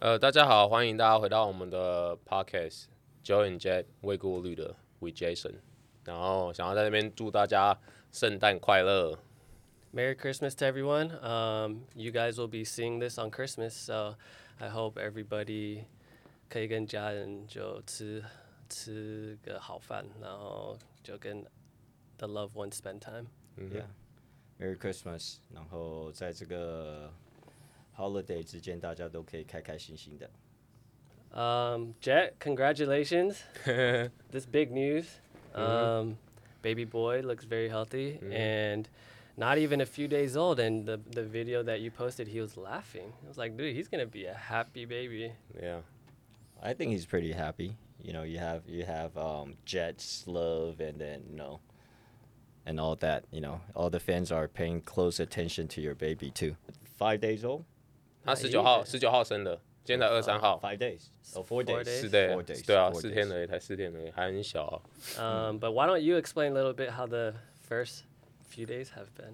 呃，大家好，欢迎大家回到我们的 podcast Joe and Jet 未过滤的 with Jason，然后想要在那边祝大家圣诞快乐。 Merry Christmas to everyone. Um, you guys will be seeing this on Christmas, so I hope everybody 可以跟家人就吃吃个好饭，然后就跟 the loved one spend time。 Yeah. Merry Christmas！然后在这个 holiday 之间，大家都可以开开心心的。 Um, Jet, congratulations. this big news. Um, baby boy looks very healthy and not even a few days old. And the, the video that you posted, he was laughing. I was like, dude, he's going to be a happy baby. Yeah, I think he's pretty happy. You know, you have you have um, Jets love, and then you know, and all that. You know, all the fans are paying close attention to your baby too. Five days old. 他哎十九号十九号生的，今天才二三号， Five days. Oh, four Four days. days. 是 Four 的 days.，对啊， four 四 days. 天而已，才四天而已，还很小啊、 Um, but why don't you explain a little bit how the first few days have been?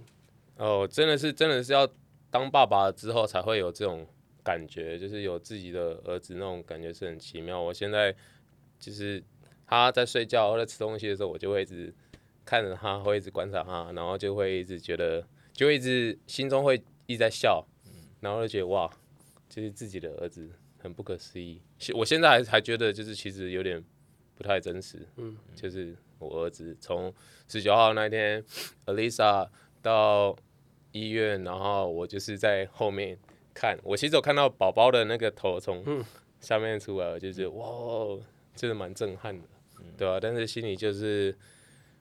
哦，真的是真的是要当爸爸之后才会有这种感觉，就是有自己的儿子那种感觉是很奇妙。我现在就是他在睡觉或者吃东西的时候，我就会一直看着他，会一直观察他，然后就会一直觉得，就会一直心中会一直在笑，然后就觉得哇，就是自己的儿子很不可思议。其我现在还还觉得就是其实有点不太真实，嗯，就是我儿子从十九号那天，Alisa 到医院，然后我就是在后面看，我其实有看到宝宝的那个头从下面出来，我就觉得哇哦，真的蛮震撼的，对啊？但是心里就是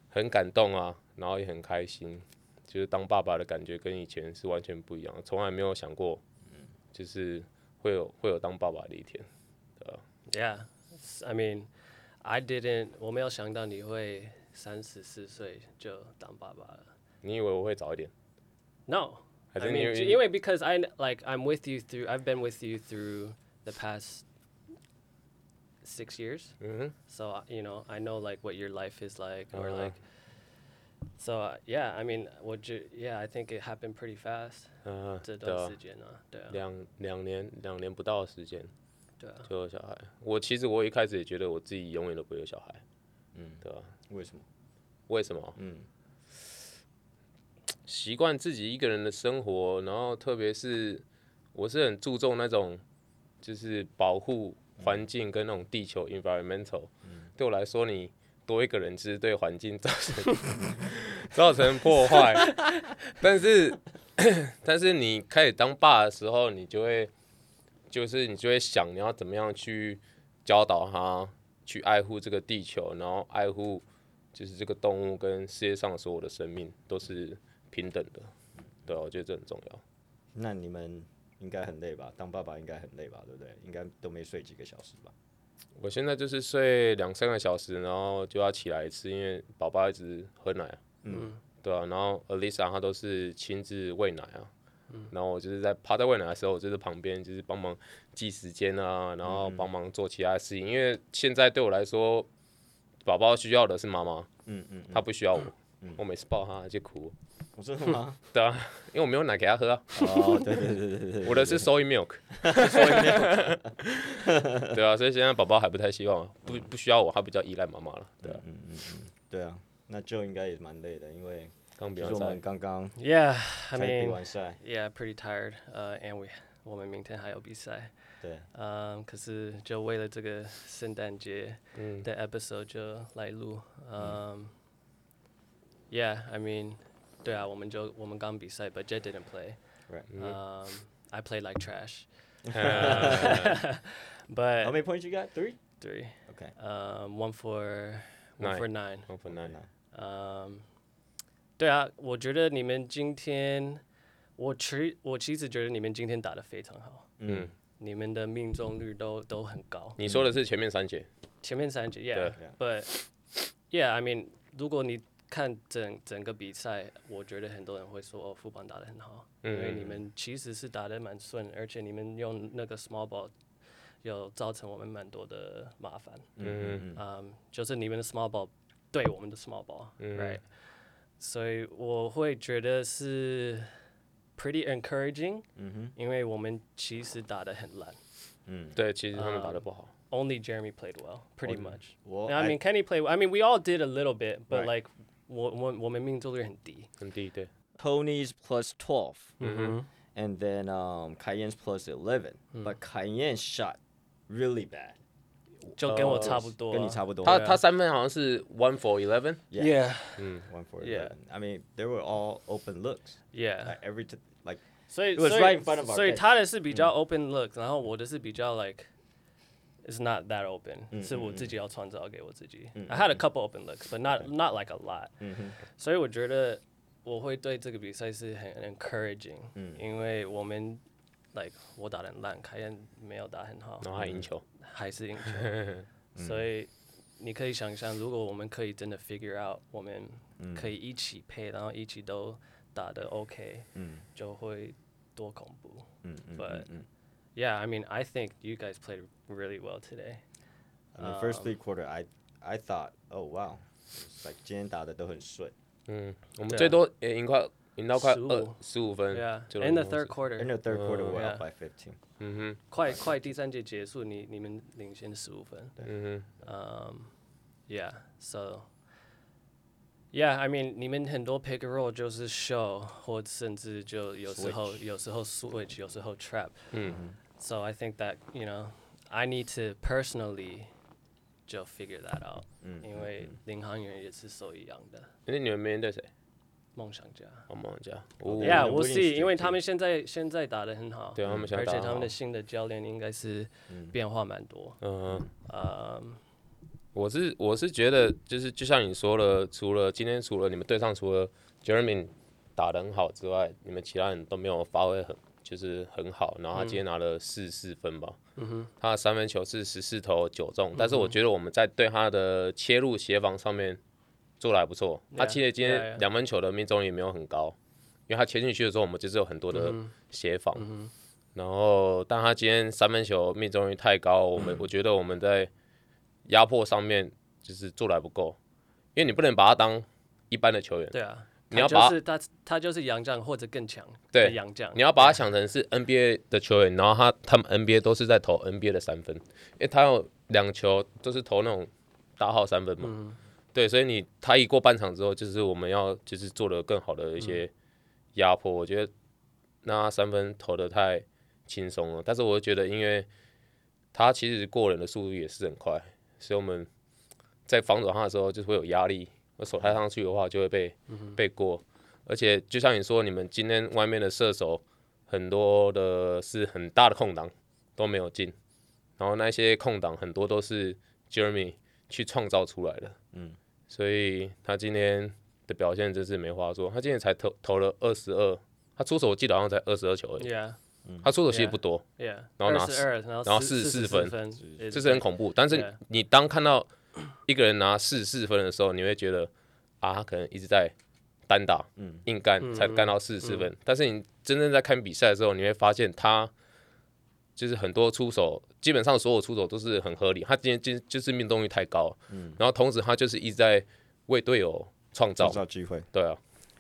很感动啊，然后也很开心，就是当爸爸的感觉跟以前是完全不一样，从来没有想过，就是会有会有当爸爸的一天。 Yeah. It's- I mean, I didn't. 我没有想到你会三十四岁就当爸爸了。No. 你以为我会早一点？还 I 是你 mean, 以为 j- 因为 because I like I'm with you through. I've been with you through the past six years. 嗯哼。 So uh, you know, I know like what your life is like, or Uh-huh. like. So uh, yeah, I mean, would you? Yeah, I think it happened pretty fast. 嗯，这对段啊时间啊，对啊，两两年两年不到的时间对啊，就有小孩。我其实我一开始也觉得我自己永远都不会有小孩，嗯，对吧、为什么？为什么？嗯，习惯自己一个人的生活，然后特别是我是很注重那种就是保护环境跟那种地球 environmental。对我来说，你多一个人其实对环境造成造成破坏，但是 但是你开始当爸的时候，你就会就是你就会想你要怎么样去教导他去爱护这个地球，然后爱护就是这个动物跟世界上所有的生命都是平等的。对啊、我觉得这很重要。那你们应该很累吧？当爸爸应该很累吧？对不对？应该都没睡几个小时吧？我现在就是睡两三个小时，然后就要起来一次，因为宝宝一直喝奶啊。嗯对啊，然后 Alisa 她都是亲自喂奶啊。然后我就是在趴在喂奶的时候，我就是旁边就是帮忙记时间啊，然后帮忙做其他事情。因为现在对我来说，宝宝需要的是妈妈，嗯嗯，他不需要我。我每次抱他他就哭，我真的吗？对啊，因为我没有奶给他喝啊。哦，对对对对对，我的是 soy milk，对啊，所以现在宝宝还不太希望，啊不不需要我，他比较依赖妈妈了，对啊，对啊，那就应该也蛮累的，因为刚比比如完说我们赛，刚刚 Yeah, I 才比 mean, 完赛， yeah, pretty tired. Uh, and we 我们明天还有比赛。对，嗯，可是就为了这个圣诞节嗯，的 episode 就来录。嗯，Yeah, I mean，对 uh, 啊，我们就我们刚比赛，but Jet didn't play. Right. 嗯 Mm-hmm. Um, I played like trash. 嗯呃 How But many points you got? Three. three. Okay. Um, one for one Nine. for nine. 我本来嗯，对啊，我觉得你们今天，我其我其实觉得你们今天打得非常好，嗯，你们的命中率都都很高。你说的是前面三节，前面三节对，Yeah，but Yeah，I mean，如果你看整整个比赛，我觉得很多人会说哦，副帮打得很好，因为嗯你们其实是打得蛮顺，而且你们用那个 small ball 有造成我们蛮多的麻烦。嗯嗯，就是你们的 small ball 对我们的 small ball，right？、嗯所以我会觉得是 pretty encouraging，、嗯哼，因为我们其实打得很烂， Mm. 对，其实他们打得不好。 Only Jeremy played well, pretty Only- much. Well, I, mean, Kenny played. I mean, we all did a little bit, but Right. like, 我我我们命中率很低。很低，对， Tony's plus 12, Mm-hmm. and then um, Cayenne's plus 11. Hmm. But Cayenne shot really bad. 就跟我差不多。Oh, 跟你差不多。他对啊他三分好像是 one for eleven， Yeah. Yeah. One for Yeah. 11. I mean, they were all open looks. Yeah. Like every t- like 所以 It was 所以 right in front of our Mm. 所以 face. 他的是比较 open oh, look，、嗯、然后我的是比较 like it's not that open，、嗯、Mm, 是我自己要创造给我自己。I had a couple open looks, but not not like a lot、所以我觉得我会对这个比赛是很 encouraging，、因为我们 like 我打得很烂，凯恩没有打很好，然后他赢球。 还是赢球。Mm. 所以你可以想象，如果我们可以真的 figure out，我们 Mm. 可以一起配，然后一起都打得 OK，就 mm, 会多恐怖。But yeah, I mean, I think you guys played really well today. Um, I mean, first three quarter, I I thought, oh wow, it's like 今天打的都很顺。嗯，我们对啊最多也赢快赢到快15二十五分 Yeah, 就能 in 啊 the 公司 third quarter， In the third quarter, Oh, we're up yeah. by 15. 嗯快快第三节结束，你你们领先十五分。哼，嗯 Um, yeah. So, yeah. I mean, 你们很多 pick and roll 就是 show，或甚至就有时候 Switch. 有时候 switch，有时候 trap。哼，嗯 So I think that you know, I need to personally 就 figure that out，、因 Mm-hmm, 为领航员也是受益养的那你们面对谁？梦想家。我们讲，哦 Yeah, the we'll winning see. streak 因为他们现在现在打得很好，嗯对啊他们现在而打得且很他们的好新的教练应该是变化蛮多。嗯。呃、我是我是觉得，就是就像你说了，除了今天除了你们队上除了 Jeremy 打得很好之外，你们其他人都没有发挥很就是很好。然后他今嗯天拿了四四分吧，他的三分球是十四投九嗯中，但是我觉得我们在对他的切入协防上面做的还不错。他 Yeah，其实今 yeah，yeah 天两分球的命中率没有很高，因为他切进去的时候我们就是有很多的嗯协防。然后，但他今天三分球命中率太高，我嗯们、我觉得我们在压迫上面就是做的还不够，因为你不能把他当一般的球员，对啊，你他要就把是他，他就是洋将或者更强的对洋将，你要把他想成是 NBA 的球员，然后他他们 NBA 都是在投 NBA 的三分，因为他有两球都是投那种大号三分嘛，对，所以你他一过半场之后，就是我们要就是做的更好的一些压迫，我觉得那他三分投的太轻松了，但是我又觉得因为他其实过人的速度也是很快，所以我们在防守他的时候就是会有压力，我手拍上去的话就会被、被过。而且就像你说，你们今天外面的射手很多的是很大的空档都没有进，然后那些空档很多都是 Jeremy 去创造出来的，嗯，所以他今天的表现真是没话说，他今天才投投了二十二，他出手我记得好像才二十二球而已， Yeah, 他出手其实不多， yeah， 然后拿二十二，然然后后四44分分，这这是很恐怖。但是 Yeah 你当看到一个人拿四四分的时候，你会觉得啊，他可能一直在单打、硬嗯干才干到四四分。但是你真正在看比赛的时候，你会发现他就是很多出手，基本上所有出手都是很合理。他今天今就是命中率太高，然后同时他就是一直在为队友创造，对啊，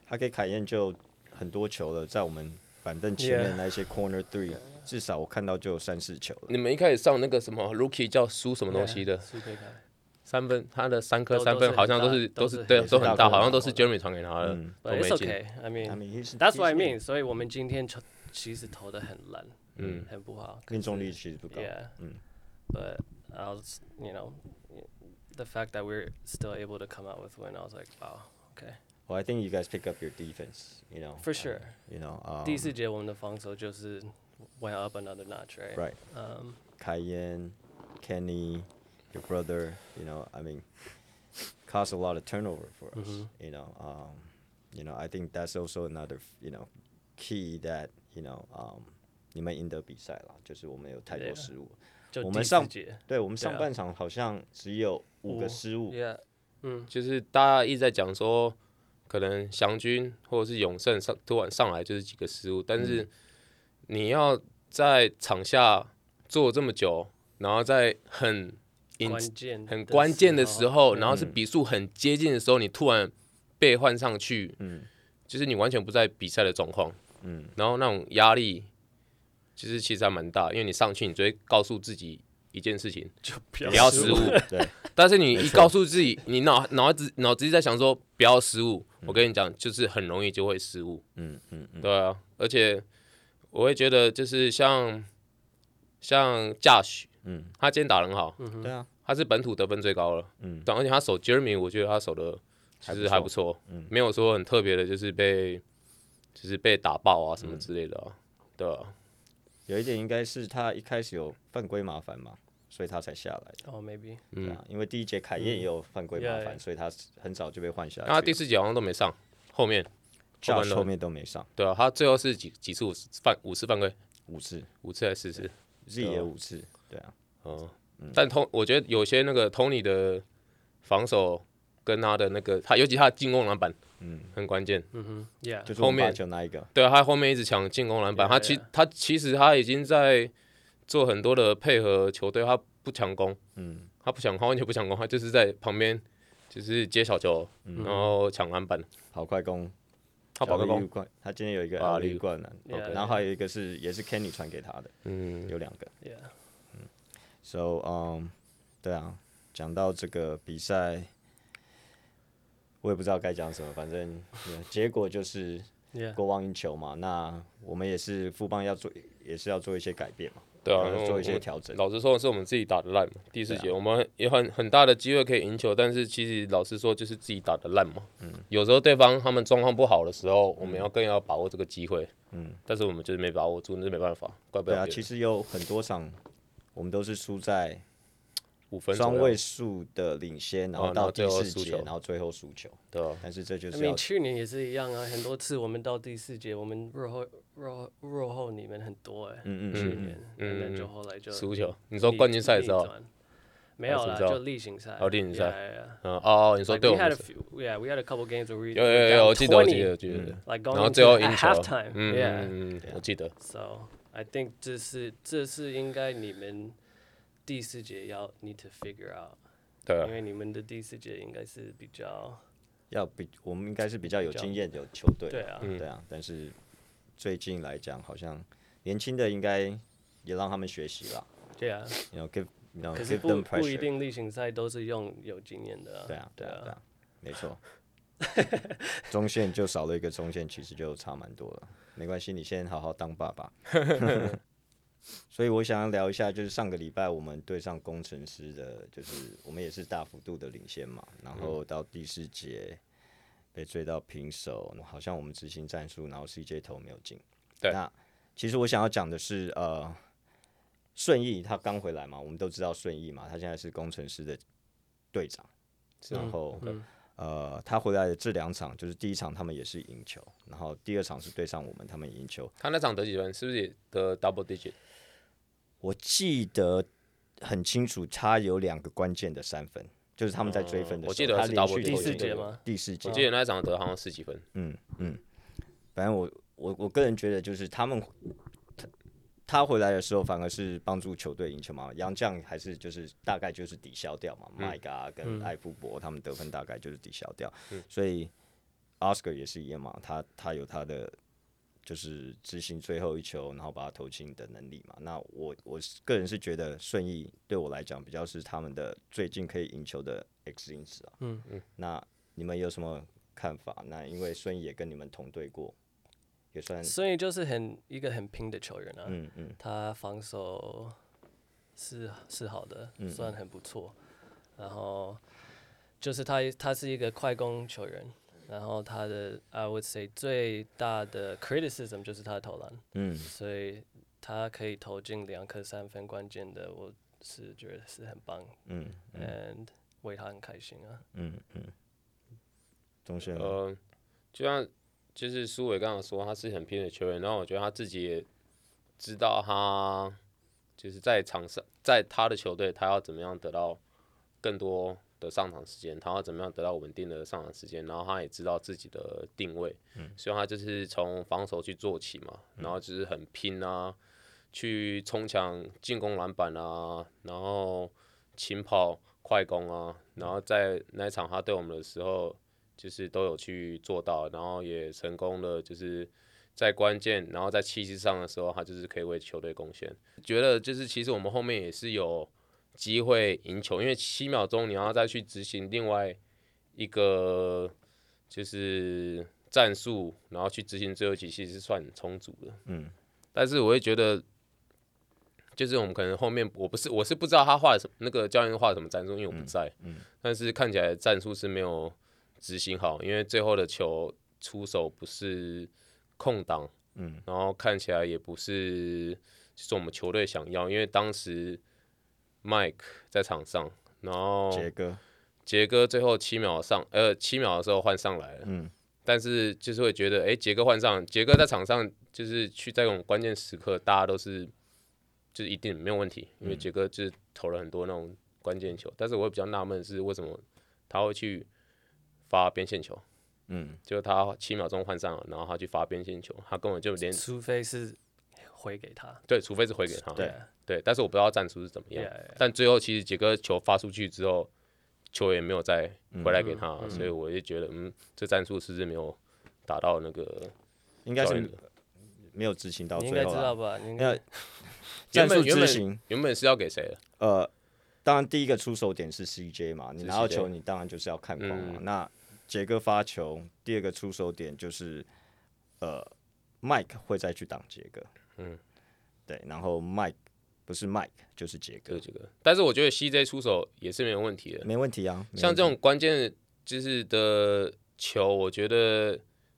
他给凯燕就很多球了，在我们板凳前 Yeah. 面那些 corner three，、至少我看到就有三四球了。你们一开始上那个什么 Rookie 叫苏什么东西的苏佩凯三分，他的三颗都三都是分好像很都大是都都是是对很都大很大，空好像档都是 Jeremy 传给他的，嗯都，But 没 it's 进。 okay. I I mean, mean, he's, that's what I he's mean. 所以我们今天投其实投的很烂，嗯，很不好。命中率其实不高。 Yeah, 嗯 but I was, you know, the fact that we we're still able to come out with win, I was like, wow, okay, Well, I think you guys pick up your defense. You know. for sure. You know. Um, 第四节我们的防守就是 went up another notch, right? Right. Um, Cayenne, Kenny, your brother. You know. I mean, caused a lot of turnover for us. Mhm. You know. Um, you know. I think that's also another. You know, key that you know. Um, 你们赢得比赛了，就是我们有太多 Yeah. 失误。就我第们四上节对我们上 Yeah. 半场好像只有五五个失误， ，Yeah，嗯。就是大家一直在讲说，可能祥军或者是永胜上突然上来就是几个失误，但是你要在场下做这么久，然后在很引关键很关键的时候，然后是嗯比数很接近的时候，你突然被换上去，嗯就是你完全不在比赛的状况，嗯，然后那种压力其实其实还蛮大，因为你上去，你只会告诉自己一件事情，就不要失失误。 对，但是你没一错告诉自己，你脑脑子脑子一直在想说不要失误，我跟你讲，就是很容易就会失误。嗯嗯嗯，对啊，而且我会觉得就是像像 Josh，嗯他今天打得很好，嗯对啊，他是本土得分最高了，嗯对，而且他守 Jeremy，我觉得他守的其实还不错，嗯没有说很特别的，就是被就是被打爆啊嗯什么之类的、啊，对啊，有一点应该是他一开始有犯规麻烦嘛，所以他才下来的。 Oh, maybe. 嗯对啊，因为第一节凯燕也有犯规麻嗯烦， Yeah，yeah 所以他很早就被换下那去。他第四节好像都没上，后面后半 Josh 段后面都没上，对啊，他最后是几几次五次犯五次犯规，五次五次还是四次？ ，Z 也五次，对啊，哦，但通我觉得有些那个 Tony 的防守跟他的那个他，尤其他的进攻篮板，嗯，很关键。 Mm-hmm. Yeah. 就是呃后我们面罚球那一个，对啊，他后面一直抢进攻篮板， Yeah, 他其 yeah. 他其实他已经在做很多的配合球队，他不抢攻，嗯，他不抢，他完全不抢攻，他就是在旁边就是接小球，然后抢篮板，跑快攻，他跑快个攻，冠，他今天有一个啊奥绿利冠篮， Yeah，然后还有一个是也是 Kenny 传给他的，嗯，有两个。嗯 Yeah. So um，对啊，讲到这个比赛，我也不知道该讲什么，反正 yeah，结果就是 Yeah. 国王赢球嘛。那我们也是富邦要做，也是要做一些改变嘛，对啊，要然后做我一些们调整。老实说，是我们自己打的烂嘛。第四节、对啊我们有很很大的机会可以赢球，但是其实老实说，就是自己打的烂嘛。嗯，有时候对方他们状况不好的时候，我嗯们要更要把握这个机会。嗯，但是我们就是没把握住，那是没办法，怪不对了啊，别其人。实有很多场我们都是输在五分双左右位，数的领先，然哦后然到后第最后四输节，球然后最后输球。对啊，但是这就 I 是 mean, 要去年也是一样啊，很多次我们到第四节，我们落后落后落后你们很多哎、嗯嗯去嗯年，嗯然嗯后就后来就输球。你说冠军赛的时候逆，转没有还啦，是什么时候就例行赛，啊哦例行赛 Yeah, yeah, yeah. 嗯哦，你说 Like 对 we 我们 had a 是， few, yeah, we had a couple games where we 有有 were 有， down 我记得我记 20, 得我记得，嗯 like 然后 going 最后 into 赢 at 球 halftime, 嗯 yeah. 嗯嗯嗯，我记得， So I think 这是这是应该你们第四节要 need to figure out，、对啊因，为你们的第四节应该是比较要比我们应该是比较有比较经验的球队。对啊，嗯对啊，但是最近来讲，好像年轻的应该也让他们学习啦，对啊， you know give you know 可是嗯 give 不 them 不一 pressure。定例行赛都是用有经验的、对啊，对对啊，对啊，啊，没错。 中线就少了一个中线，其实就差蛮多了。没关系，你先好好当爸 爸。所以我想要聊一下，就是上个礼拜我们对上工程师的，就是我们也是大幅度的领先嘛，然后到第四节被追到平手，好像我们执行战术，然后 CJ 投没有进。对那其实我想要讲的是，呃，顺义他刚回来嘛，我们都知道顺义嘛，他现在是工程师的队长，嗯啊然后、嗯呃，他回来的这两场，就是第一场他们也是赢球，然后第二场是对上我们，他们赢球。他那场得几分？是不是也得 double digit？我记得很清楚，他有两个关键的三分，就是他们在追分的时候，嗯我记得他是连 double 对续第 digit 四对节吗？第四节我，记得那场得好像十几分。嗯嗯，反正我我我个人觉得就是他们他他回来的时候反而是帮助球队赢球嘛，杨绛还是就是大概就是抵消掉嘛，麦嘎、跟艾富博他们得分大概就是抵消掉，所以 Oscar 也是一样嘛，他他有他的。就是执行最后一球，然后把它投进的能力嘛。那我我是个人是觉得顺义对我来讲比较是他们的最近可以赢球的 X 因子啊。嗯嗯。那你们有什么看法？那因为孙怡也跟你们同队过，也算所以就是很一个很拼的球员啊，嗯嗯他防守是是好的，嗯算很不错。然后就是他他是一个快攻球员，然后他的 I would say 最大的 criticism 就是他的投篮，嗯所以他可以投进两颗三分关键的，我是觉得是很棒、嗯 a n d 为他很开心啊。嗯嗯，中线吗呃，就像就是苏伟刚刚说，他是很拼的球员，然后我觉得他自己也知道他就是在场上，在他的球队，他要怎么样得到更多的上场时间，他要怎么样得到稳定的上场时间，然后他也知道自己的定位，所以他就是从防守去做起嘛，然后就是很拼啊，去冲抢进攻篮板啊，然后勤跑快攻啊，然后在那一场他对我们的时候，就是都有去做到，然后也成功的就是在关键，然后在气势上的时候，他就是可以为球队贡献。觉得就是其实我们后面也是有机会赢球，因为七秒钟你要再去执行另外一个就是战术，然后去执行最后一集，其实是算充足的。嗯，但是我会觉得，就是我们可能后面我不是我是不知道他画了什么，那个教练画了什么战术，因为我不在。嗯嗯但是看起来战术是没有执行好，因为最后的球出手不是空档，嗯，然后看起来也不是就是我们球队想要，因为当时 Mike 在场上，然后杰哥，杰哥最后七秒上，呃，七秒的时候换上来了，嗯但是就是会觉得，哎、杰哥换上，杰哥在场上就是去在这种关键时刻，大家都是就是一定没有问题，因为杰哥就是投了很多那种关键球，但是我会比较纳闷是为什么他会去发边线球，嗯，就是他七秒钟换上了，然后他去发边线球，他根本就嗯连除非是回给他。对，除非是回给他，对对，但是我不知道战术是怎么样 Yeah, yeah. 但最后其实杰哥球发出去之后，球也没有再回来给他，嗯所以我就觉得，嗯，这战术是不是没有达到那个？应该教练是的没有执行到你最应该后知道啦。吧？你应那该原战术本原执本行，原本是要给谁的？呃，当然第一个出手点是 CJ 嘛，你是拿到 CJ 球，你当然就是要看框嘛。嗯那杰哥发球，第二个出手点就是呃，Mike 会再去挡杰哥，嗯，对，然后 Mike 不是 Mike 就是杰就哥是，杰哥。但是我觉得 CJ 出手也是没有问题的，没问题啊。没像问这题种关键就是的球，我觉得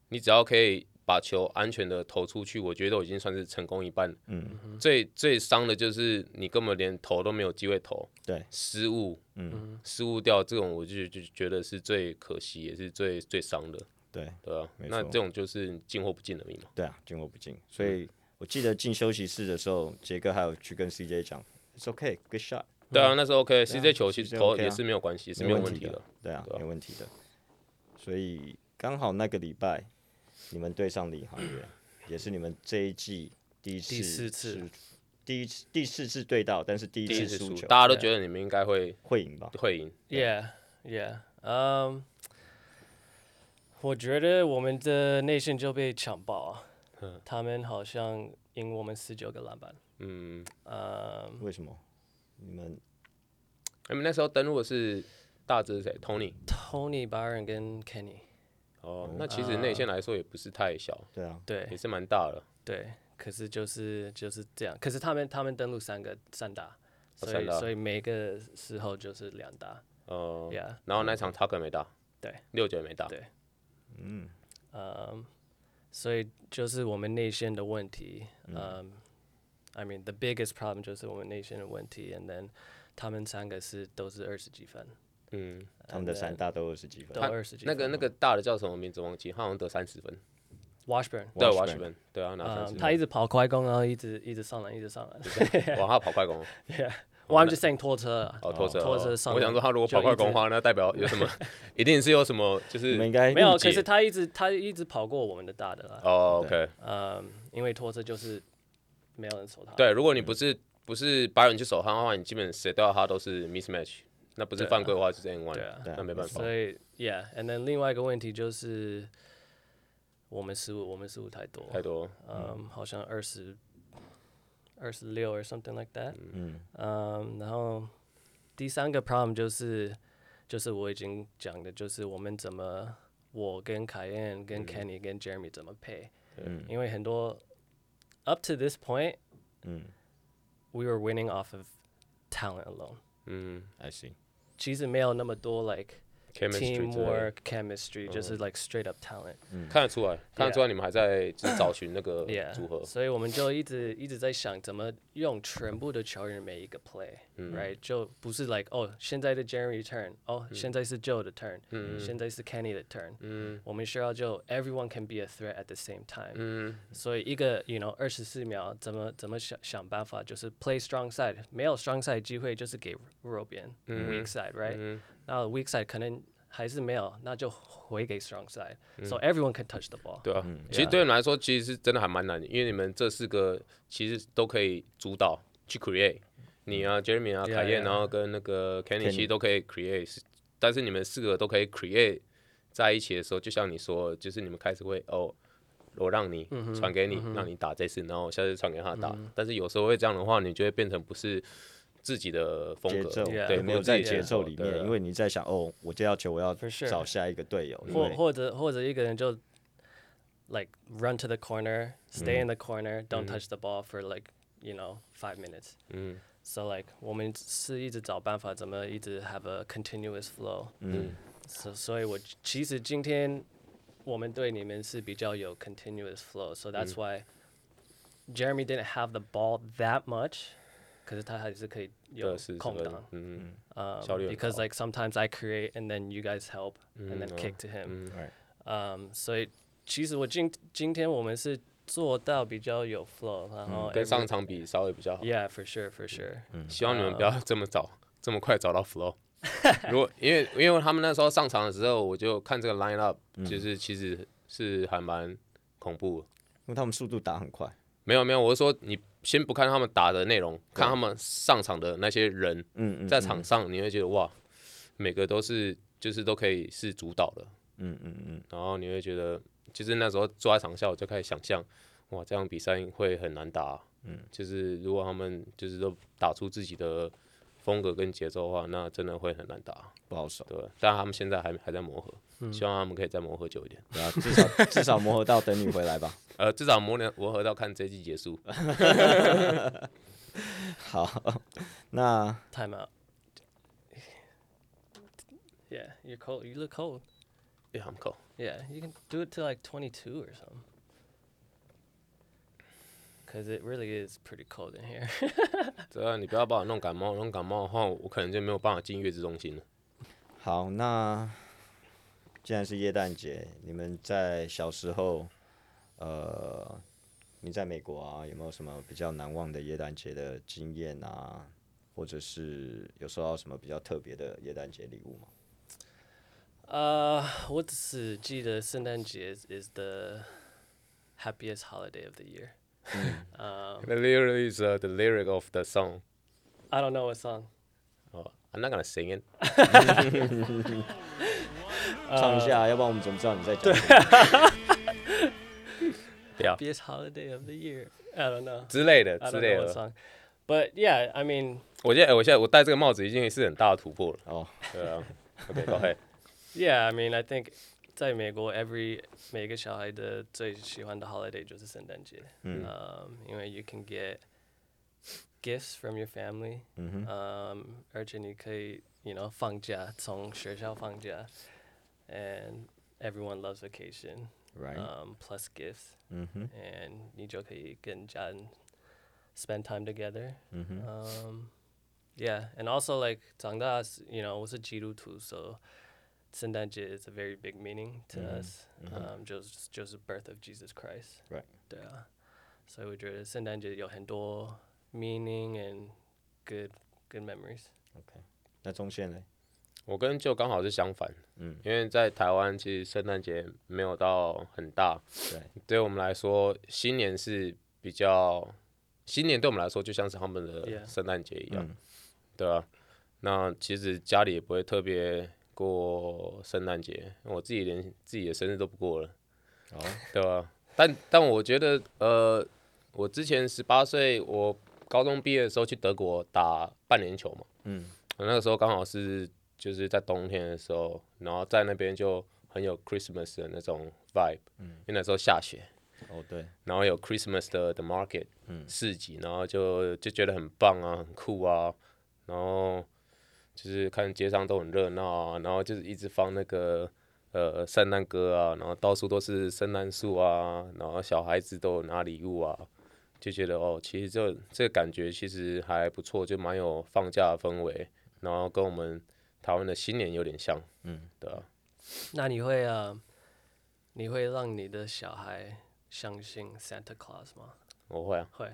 你只要可以把球安全的投出去，我觉得都已经算是成功一半。嗯，最最伤的就是你根本连投都没有机会投，对，失误，嗯，失误掉这种，我就就觉得是最可惜，也是最最伤的，对对吧、没那错这种就是进或不进而已嘛。对啊，进或不进。所以我记得进休息室的时候，杰哥还有去跟 CJ 讲，It's okay, good shot，对啊，那时候 OK，CJ 球 CJ 其实投 OK 啊也是没有关系，是没没有问问题题的的。对啊，对啊没问题的。所以刚好那个礼拜，你们对上李航员，也是你们这一季第一次第四次是第一次第四次对到，但是第一第一次次输输，球，啊大家都觉得你们应该会会赢吧？会赢， Yeah, yeah. Um, 我觉得我们的内线就被抢爆啊，他们好像赢我们十九个篮板。嗯，嗯、为什么？你们你哎们那时候登录的是大致是谁？Tony。 Tony Byron 跟 Kenny，哦，那其实内线来说也不是太小，对啊，也嗯对是蛮大的。对，可是就是就是这样，可是他们他们登陆三个三打，所哦三以打所以每个时候就是两打呃， ，Yeah，然后那场 Tucker 没打，嗯对，六九也没打，对嗯，嗯，所以就是我们内线的问题。嗯，I mean the biggest problem 就是我们内线的问题，and then 他们三个是都是二十几分，嗯，他们的 and 三 then 大都二十几分都，二十几那分。个那个大的叫什么名字忘记，他好像得三十分， Washburn，对 Washburn ，Washburn，对啊，拿三嗯，十他分一直跑快攻，然后一直一直上篮，一直上篮。 哇，他跑快攻，哦 我 I'm just saying 拖车啊，哦，拖车，拖车哦上我想说他如果就跑快攻一的直话，那代表有什么？ 一定是有什么，就你们应是该没有，误解可是他一直他一直跑过我们的大的啦。哦，OK，嗯，因为拖车就是没有人守他。对，如果你不是不是白人去守他的话，你基本谁掉他都是 mismatch，那不是对啊犯规的话就是 N 对 one，啊，对啊那没办法所以，yeah，and then 另外一个问题就是，我们失误，我们失误太多，太多，嗯，好像二十、二十六 or something like that，嗯嗯，然后第三个 problem 就是，就是我已经讲的，就是我们怎么，我跟凯燕、跟 Kenny、跟 Jeremy 怎么配，嗯因为很多 up to this point 嗯 we were winning off of talent alone，嗯，I see，其实没有那么多 like ，chemistry 之类的 teamwork chemistry，就是 like straight up talent。看得出来，看得出来你们还在就是找寻那个 Yeah，组合，所以我们就一直一直在想怎么用全部的球员每一个 play，right？就不是 like 哦，现在的 Jeremy turn，哦，现在是 Joe 的 turn，现在是 Kenny 的 turn，嗯我们需要就 everyone can be a threat at the same time。嗯所以一个 you know 二十四秒怎么怎么想想办法，就是 play strong side，没有 strong side 机会就是给弱边 weak side，right？嗯那 weak side 可能还是没有，那就回给 strong side，so everyone can touch the ball。对啊，嗯其实对你们来说，其实是真的还蛮难的，因为你们这四个其实都可以主导去 create，你啊，Jeremy 啊， Yeah, 凯燕， yeah. 然后跟那个 Kenny 嗯 Kenny 其实都可以 create，但是你们四个都可以 create 在一起的时候，就像你说的，就是你们开始会哦我让你嗯传给你，让你打这次，然后下次传给他打。但是有时候会这样的话，你就会变成不是自己的风节格，奏 Yeah. 对，也没有在不是自己节的奏风里格面，对啊因为你在想哦，我这要球我要 For sure. 找下一个队友，因或为或者或者一个人就 like run to the corner, stay in the corner, don't touch the ball for like you know five minutes. 嗯 So like 我们是一直找办法怎么一直 have a continuous flow。嗯，所、所以我其实今天我们对你们是比较有 continuous flow. So that's why Jeremy didn't have the ball that much. 可是他还是可以有对，是空是档，嗯嗯效率很 because 高 like sometimes I create and then you guys help and 嗯 then 哦 kick to him，、嗯 Right. 嗯，所以其实我今今天我们是做到比较有 flow，然后跟 every- 上场比稍微比较好。 Yeah, for sure, for sure. 希望你们不要这么早、这么快找到 flow。如果因为因为他们那时候上场的时候，我就看这个 line up，、就是其实是还蛮恐怖的。因为他们速度打很快，没有没有，我是说你先不看他们打的内容，看他们上场的那些人嗯嗯，在场上，你会觉得哇，每个都是就是都可以是主导的，嗯嗯嗯然后你会觉得，就是那时候坐在场下，我就开始想象，哇，这样比赛会很难打、嗯，就是如果他们就是都打出自己的风格跟节奏的话，那真的会很难打。不好守，对，但他们现在还还在磨合，希望他们可以再磨合久一点。对啊，至少至少磨合到等你回来吧。 呃，至少磨合磨合到看这季结束。好，那 Time out. Yeah, you're cold. You look cold. Yeah, I'm cool. Yeah, you can do it to like 22 or something. Cause it really is pretty cold in here. 对啊，你不要把我弄感冒，弄感冒的话，我可能就没有办法进月子中心了。好，那既然是耶诞节，你们在小时候，呃，你在美国啊，有没有什么比较难忘的耶诞节的经验啊？或者是有收到什么比较特别的耶诞节礼物吗？ Uh, what's uh, 圣诞节 is, is the happiest holiday of the year. um, The lyric is、the lyric of the song. I don't know what song. Oh, I'm not gonna sing it. 呃唱一下，要不然我们怎么知道你在讲什么？不要 happiest holiday of the year. I don't know. 啊之类的 I 之 don't 类 know what 的。 song. But yeah, I mean, 我现在、哎我现在我戴这个帽子已经是很大的突破了。哦，对啊。OK，go ahead. yeah, I mean, I think 在美国 every 每个小孩的最喜欢的 holiday 就是圣诞节。嗯呃 Um, you know, you can get gifts from your family. 嗯呃哼， Um, 而且你可以 you know 放假，从学校放假。And everyone loves vacation. 呃 right， Um, plus gifts. 嗯哼， And 你就可以跟家人 spend time together. 嗯呃哼， Um, yeah, and also like 长大是 you know 我是基督徒，so 圣诞节 is a very big meaning to Mhm, us. mhm. Um, just just the birth of Jesus Christ. Right. 对啊，所以我觉得圣诞节有很多 meaning and good good memories. 那中线嘞，我跟舅刚好是相反，嗯，因为在台湾其实圣诞节没有到很大，对，对我们来说新年是比较，新年对我们来说就像是他们 Yeah 的圣诞节一样嗯对啊，那其实家里也不会特别过圣诞节，我自己连自己的生日都不过了，哦，对吧、但但我觉得，呃，我之前十八岁，我高中毕业的时候去德国打半年球嘛，嗯，我那个时候刚好是就是在冬天的时候，然后在那边就很有 Christmas 的那种 vibe，嗯，因为那时候下雪，哦对，然后有 Christmas 的 the market 市集，然后就就觉得很棒啊，很酷啊，然后就是看街上都很热闹啊，然后就是一直放那个呃圣诞歌啊，然后到处都是圣诞树啊，然后小孩子都有拿礼物啊，就觉得哦，其实这这个感觉其实还不错，就蛮有放假的氛围，然后跟我们台湾的新年有点像，嗯，对啊，um, 那你会啊、uh,，你会让你的小孩相信 Santa Claus 我会啊，吗？会，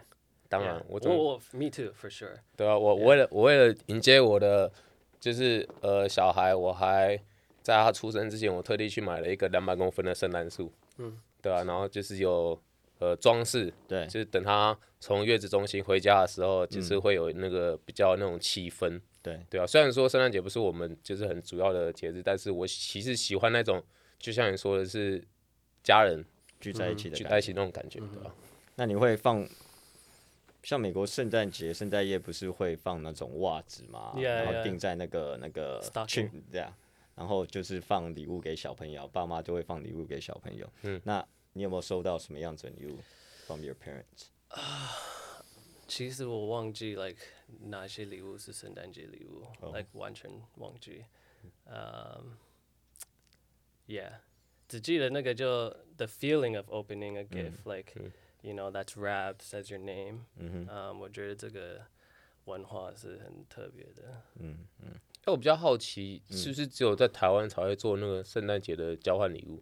当然 yeah. 我怎么我我 oh, me too for sure. 对啊，我我为了我为了迎接我的就是呃小孩，我还在他出生之前，我特地去买了一个两百公分的圣诞树，嗯，对啊，然后就是有呃装饰，对嗯就，是等他从月子中心回家的时候，就是会有那个比较那种气氛，对，对啊，虽然说圣诞节不是我们就是很主要的节日，但是我其实喜欢那种，就像你说的是家人聚在一起的嗯聚感在觉。一起那种感觉，对吧？啊那你会放？像美国圣诞节、圣诞夜不是会放那种袜子嘛 Yeah, 然 yeah. 后定在那个那个 Stocking 去对啊，然后就是放礼物给小朋友，爸妈就会放礼物给小朋友。嗯，那你有没有收到什么样子的礼物？From your parents？其实我忘记 like 哪些礼物是圣诞节礼物、哦 l i k e 完全忘记。嗯、y e a h 只记得那个就 the feeling of opening a gift，like、you know that's wrapped says your name、嗯嗯，我觉得这个文化是很特别的。嗯，哎，我比较好奇，是不是只有在台湾才会做那个圣诞节的交换礼物？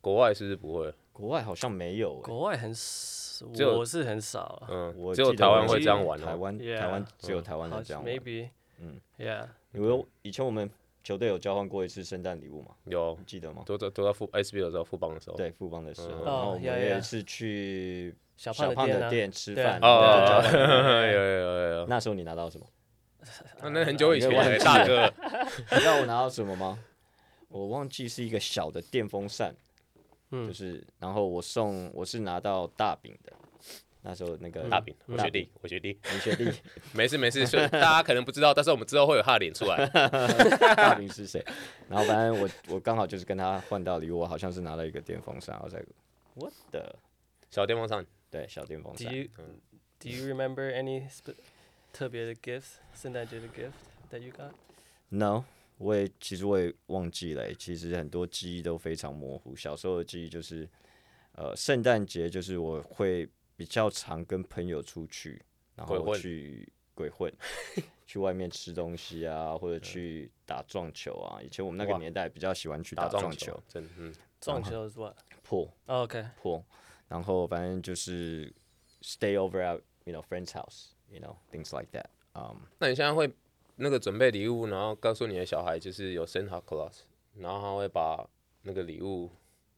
国外是不是不会？国外好像没有欸、国外很少，只有我是很少啊。嗯，我只有记得台我湾会记这样得玩台哦。湾 Yeah 台湾只有台湾好人这样玩。 maybe，嗯，Yeah，因为以前我们球队有交换过一次圣诞礼物嘛，有你，记得吗？都在都在富 SB 的时候，富邦的时候，对，富邦的时候，嗯然后我哦们呀也呀是去小小胖胖的的店店吃对饭，啊哦，对哦交换哦有有有有，那时候你拿到什么？那那很久以前因为忘了，记大了哥，你知道我拿到什么吗？我忘记是一个小的电风扇，嗯就是然后我送我是拿到大饼的，那时候那个大饼，我嗯大学弟，我学弟，你学 弟没事没事，所以大家可能不知道，但是我们之后会有他的脸出来。 大饼是谁？然后反正我我刚好就是跟他换到礼物，我好像是拿到一个电风扇，然后再 what 的小电风扇，嗯对小电风，Do 扇。 you do you remember any sp- 特别的 gifts？圣诞节的 gift that you got？ No，我也其实我也忘记了欸，其实很多记忆都非常模糊。小时候的记忆就是，呃，圣诞节就是我会比较常跟朋友出去，然鬼后混去鬼混， 去外面吃东西啊，或者去打撞球啊。以前我们那哇个年代比较喜欢去打打撞撞球球，，真的嗯，撞球 is what？破哦，OK，破，然后反正就是 stay over at you know friends house you know things like that。嗯，那你现在会那个准备礼物，然后告诉你的小孩就是有 Santa Claus，然后他会把那个礼物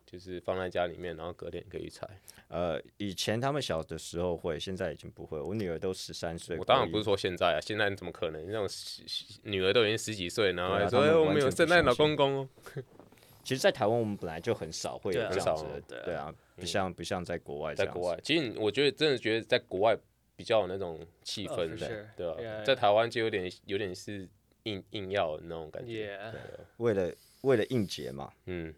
就是放在家里面，然后隔天可以拆。呃，以前他们小的时候会，现在已经不会。我女儿都十三岁，我当然高不是一说现在啊，现在你怎么可能？那种十十女儿都已经十几岁，然后对啊还说、他们哎我完们有全不圣诞老相信公公哦。其实，在台湾我们本来就很少会有对啊这样子很嗯的，少对啊，不像不像在国外这在样子，国外，其实你我觉得真的觉得在国外比较有那种气哦氛 Oh, ，for 在， sure 对吧、 Yeah, 在 yeah 台湾就有点有点是硬硬要的那种感觉。啊 Yeah，为了为了应节嘛。嗯，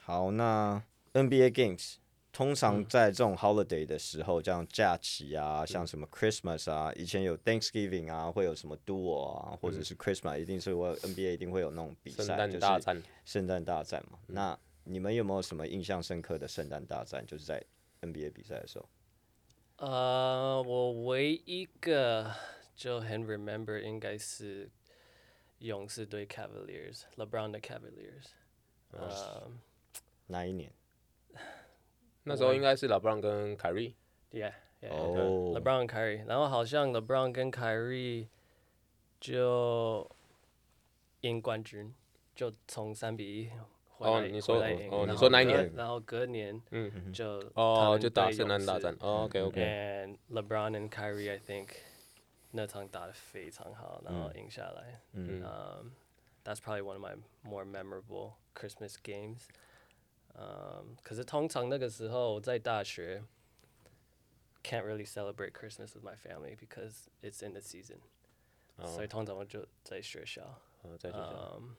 好，那 NBA games 通嗯常在这种 holiday 的时候，这样假期啊，像什么 Christmas 啊，以前有 Thanksgiving 啊，会有什么 Duo 啊，或者是 Christmas，一定是会有 NBA 一定会有那种嗯比圣赛，诞就是大战。圣诞大战嘛。嗯那你们有没有什么印象深刻的圣诞大战？就是在 NBA 比赛的时候，呃，我唯一一个就很 remember 应该是勇士对 Cavaliers，LeBron 的 Cavaliers。嗯 Um, 哪一年？那时候应该是老布朗跟凯瑞， ，Yeah，Yeah。Oh 哦 LeBron 凯瑞，然后好像 LeBron 跟凯瑞就赢冠军，就从三比一回来哦你说回来赢哦然你后说那一隔年然后隔年嗯，就哦，就打圣诞大嗯战。哦，OK OK， ，and LeBron and Kyrie I think 那场打得非常好，然后赢下来。嗯 Um, that's probably one of my more memorable Christmas games. Um, 可是通常那个时候在大学，can't really celebrate Christmas with my family because it's in the season. 嗯所以通常我就在学校哦在学校，um,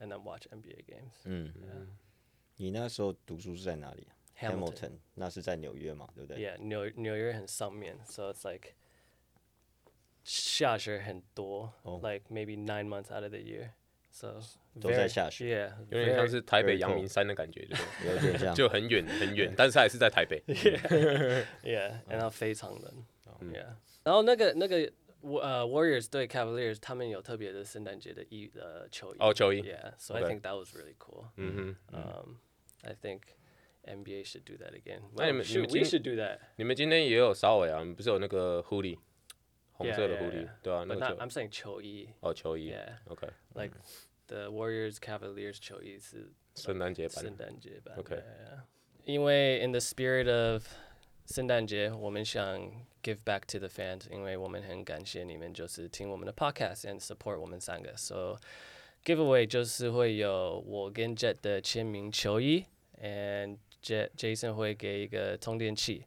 and then watch NBA games. 嗯，呃你那时候读书是在哪里啊 Hamilton ？Hamilton，那是在纽约嘛，对不对？ Yeah，纽纽约很上面，so it's like 下雪很多、哦 l i k e maybe nine months out of the year，so 都在下雪， Yeah，有点像 very- 是台北 very 阳明山的感觉，对不有点对像。 就很远很远，但是还是在台嗯北。 Yeah，然后 Oh. 非常冷、Yeah，然后那个那个呃、Warriors 对 Cavaliers 他们有特别的圣诞节的衣呃球衣哦球衣 Mm. ，Yeah，so I OK think that was really cool。 嗯哼， Um, I think NBA should do that again. 那你 Well, 们你 shoot, 们 we 今 should do that. 你们今天也有稍微啊，不是有那个 hoodie，红 Yeah, 色的 yeah, hoodie， yeah. 对啊，那 But 个 not, 球 I'm saying 球衣哦 Oh, 球衣 Mm. ，Yeah。 ，OK， like the Warriors Cavaliers 球衣是圣诞节版圣诞节版。 OK yeah, yeah. 因为 in the spirit of 圣诞节，我们想 give back to the fans，因为我们很感谢你们，就是听我们的 podcast and support 我们三个。So giveaway 就是会有我跟 Jet 的签名球衣，and J Jason 会给一个充电器。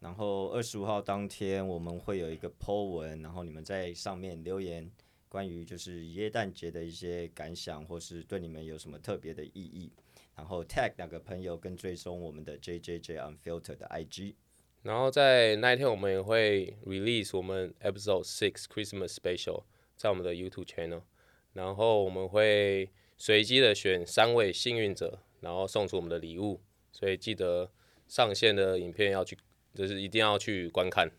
然后二十五号当天我们会有一个 Po 文，然后你们在上面留言关于就是耶诞节的一些感想，或是对你们有什么特别的意义。然后 tag 两个朋友跟追踪我们的 JJJ Unfiltered 的 IG。然后在那一天我们也会 release 我们 episode six Christmas special 在我们的 YouTube channel，然后我们会随机的选三位幸运者，然后送出我们的礼物，所以记得上线的影片要去，就是一定要去观看。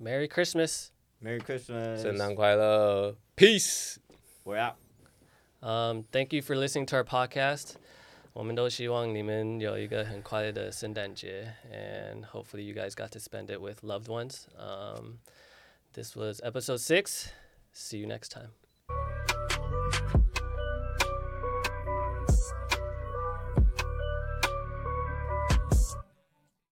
Merry Christmas. Merry Christmas，圣诞快乐，peace。 ，We're out。 Um, thank you for listening to our podcast. 我们都希望你们有一个很快乐的圣诞节 and hopefully you guys got to spend it with loved ones. Um, this was episode six. See you next time.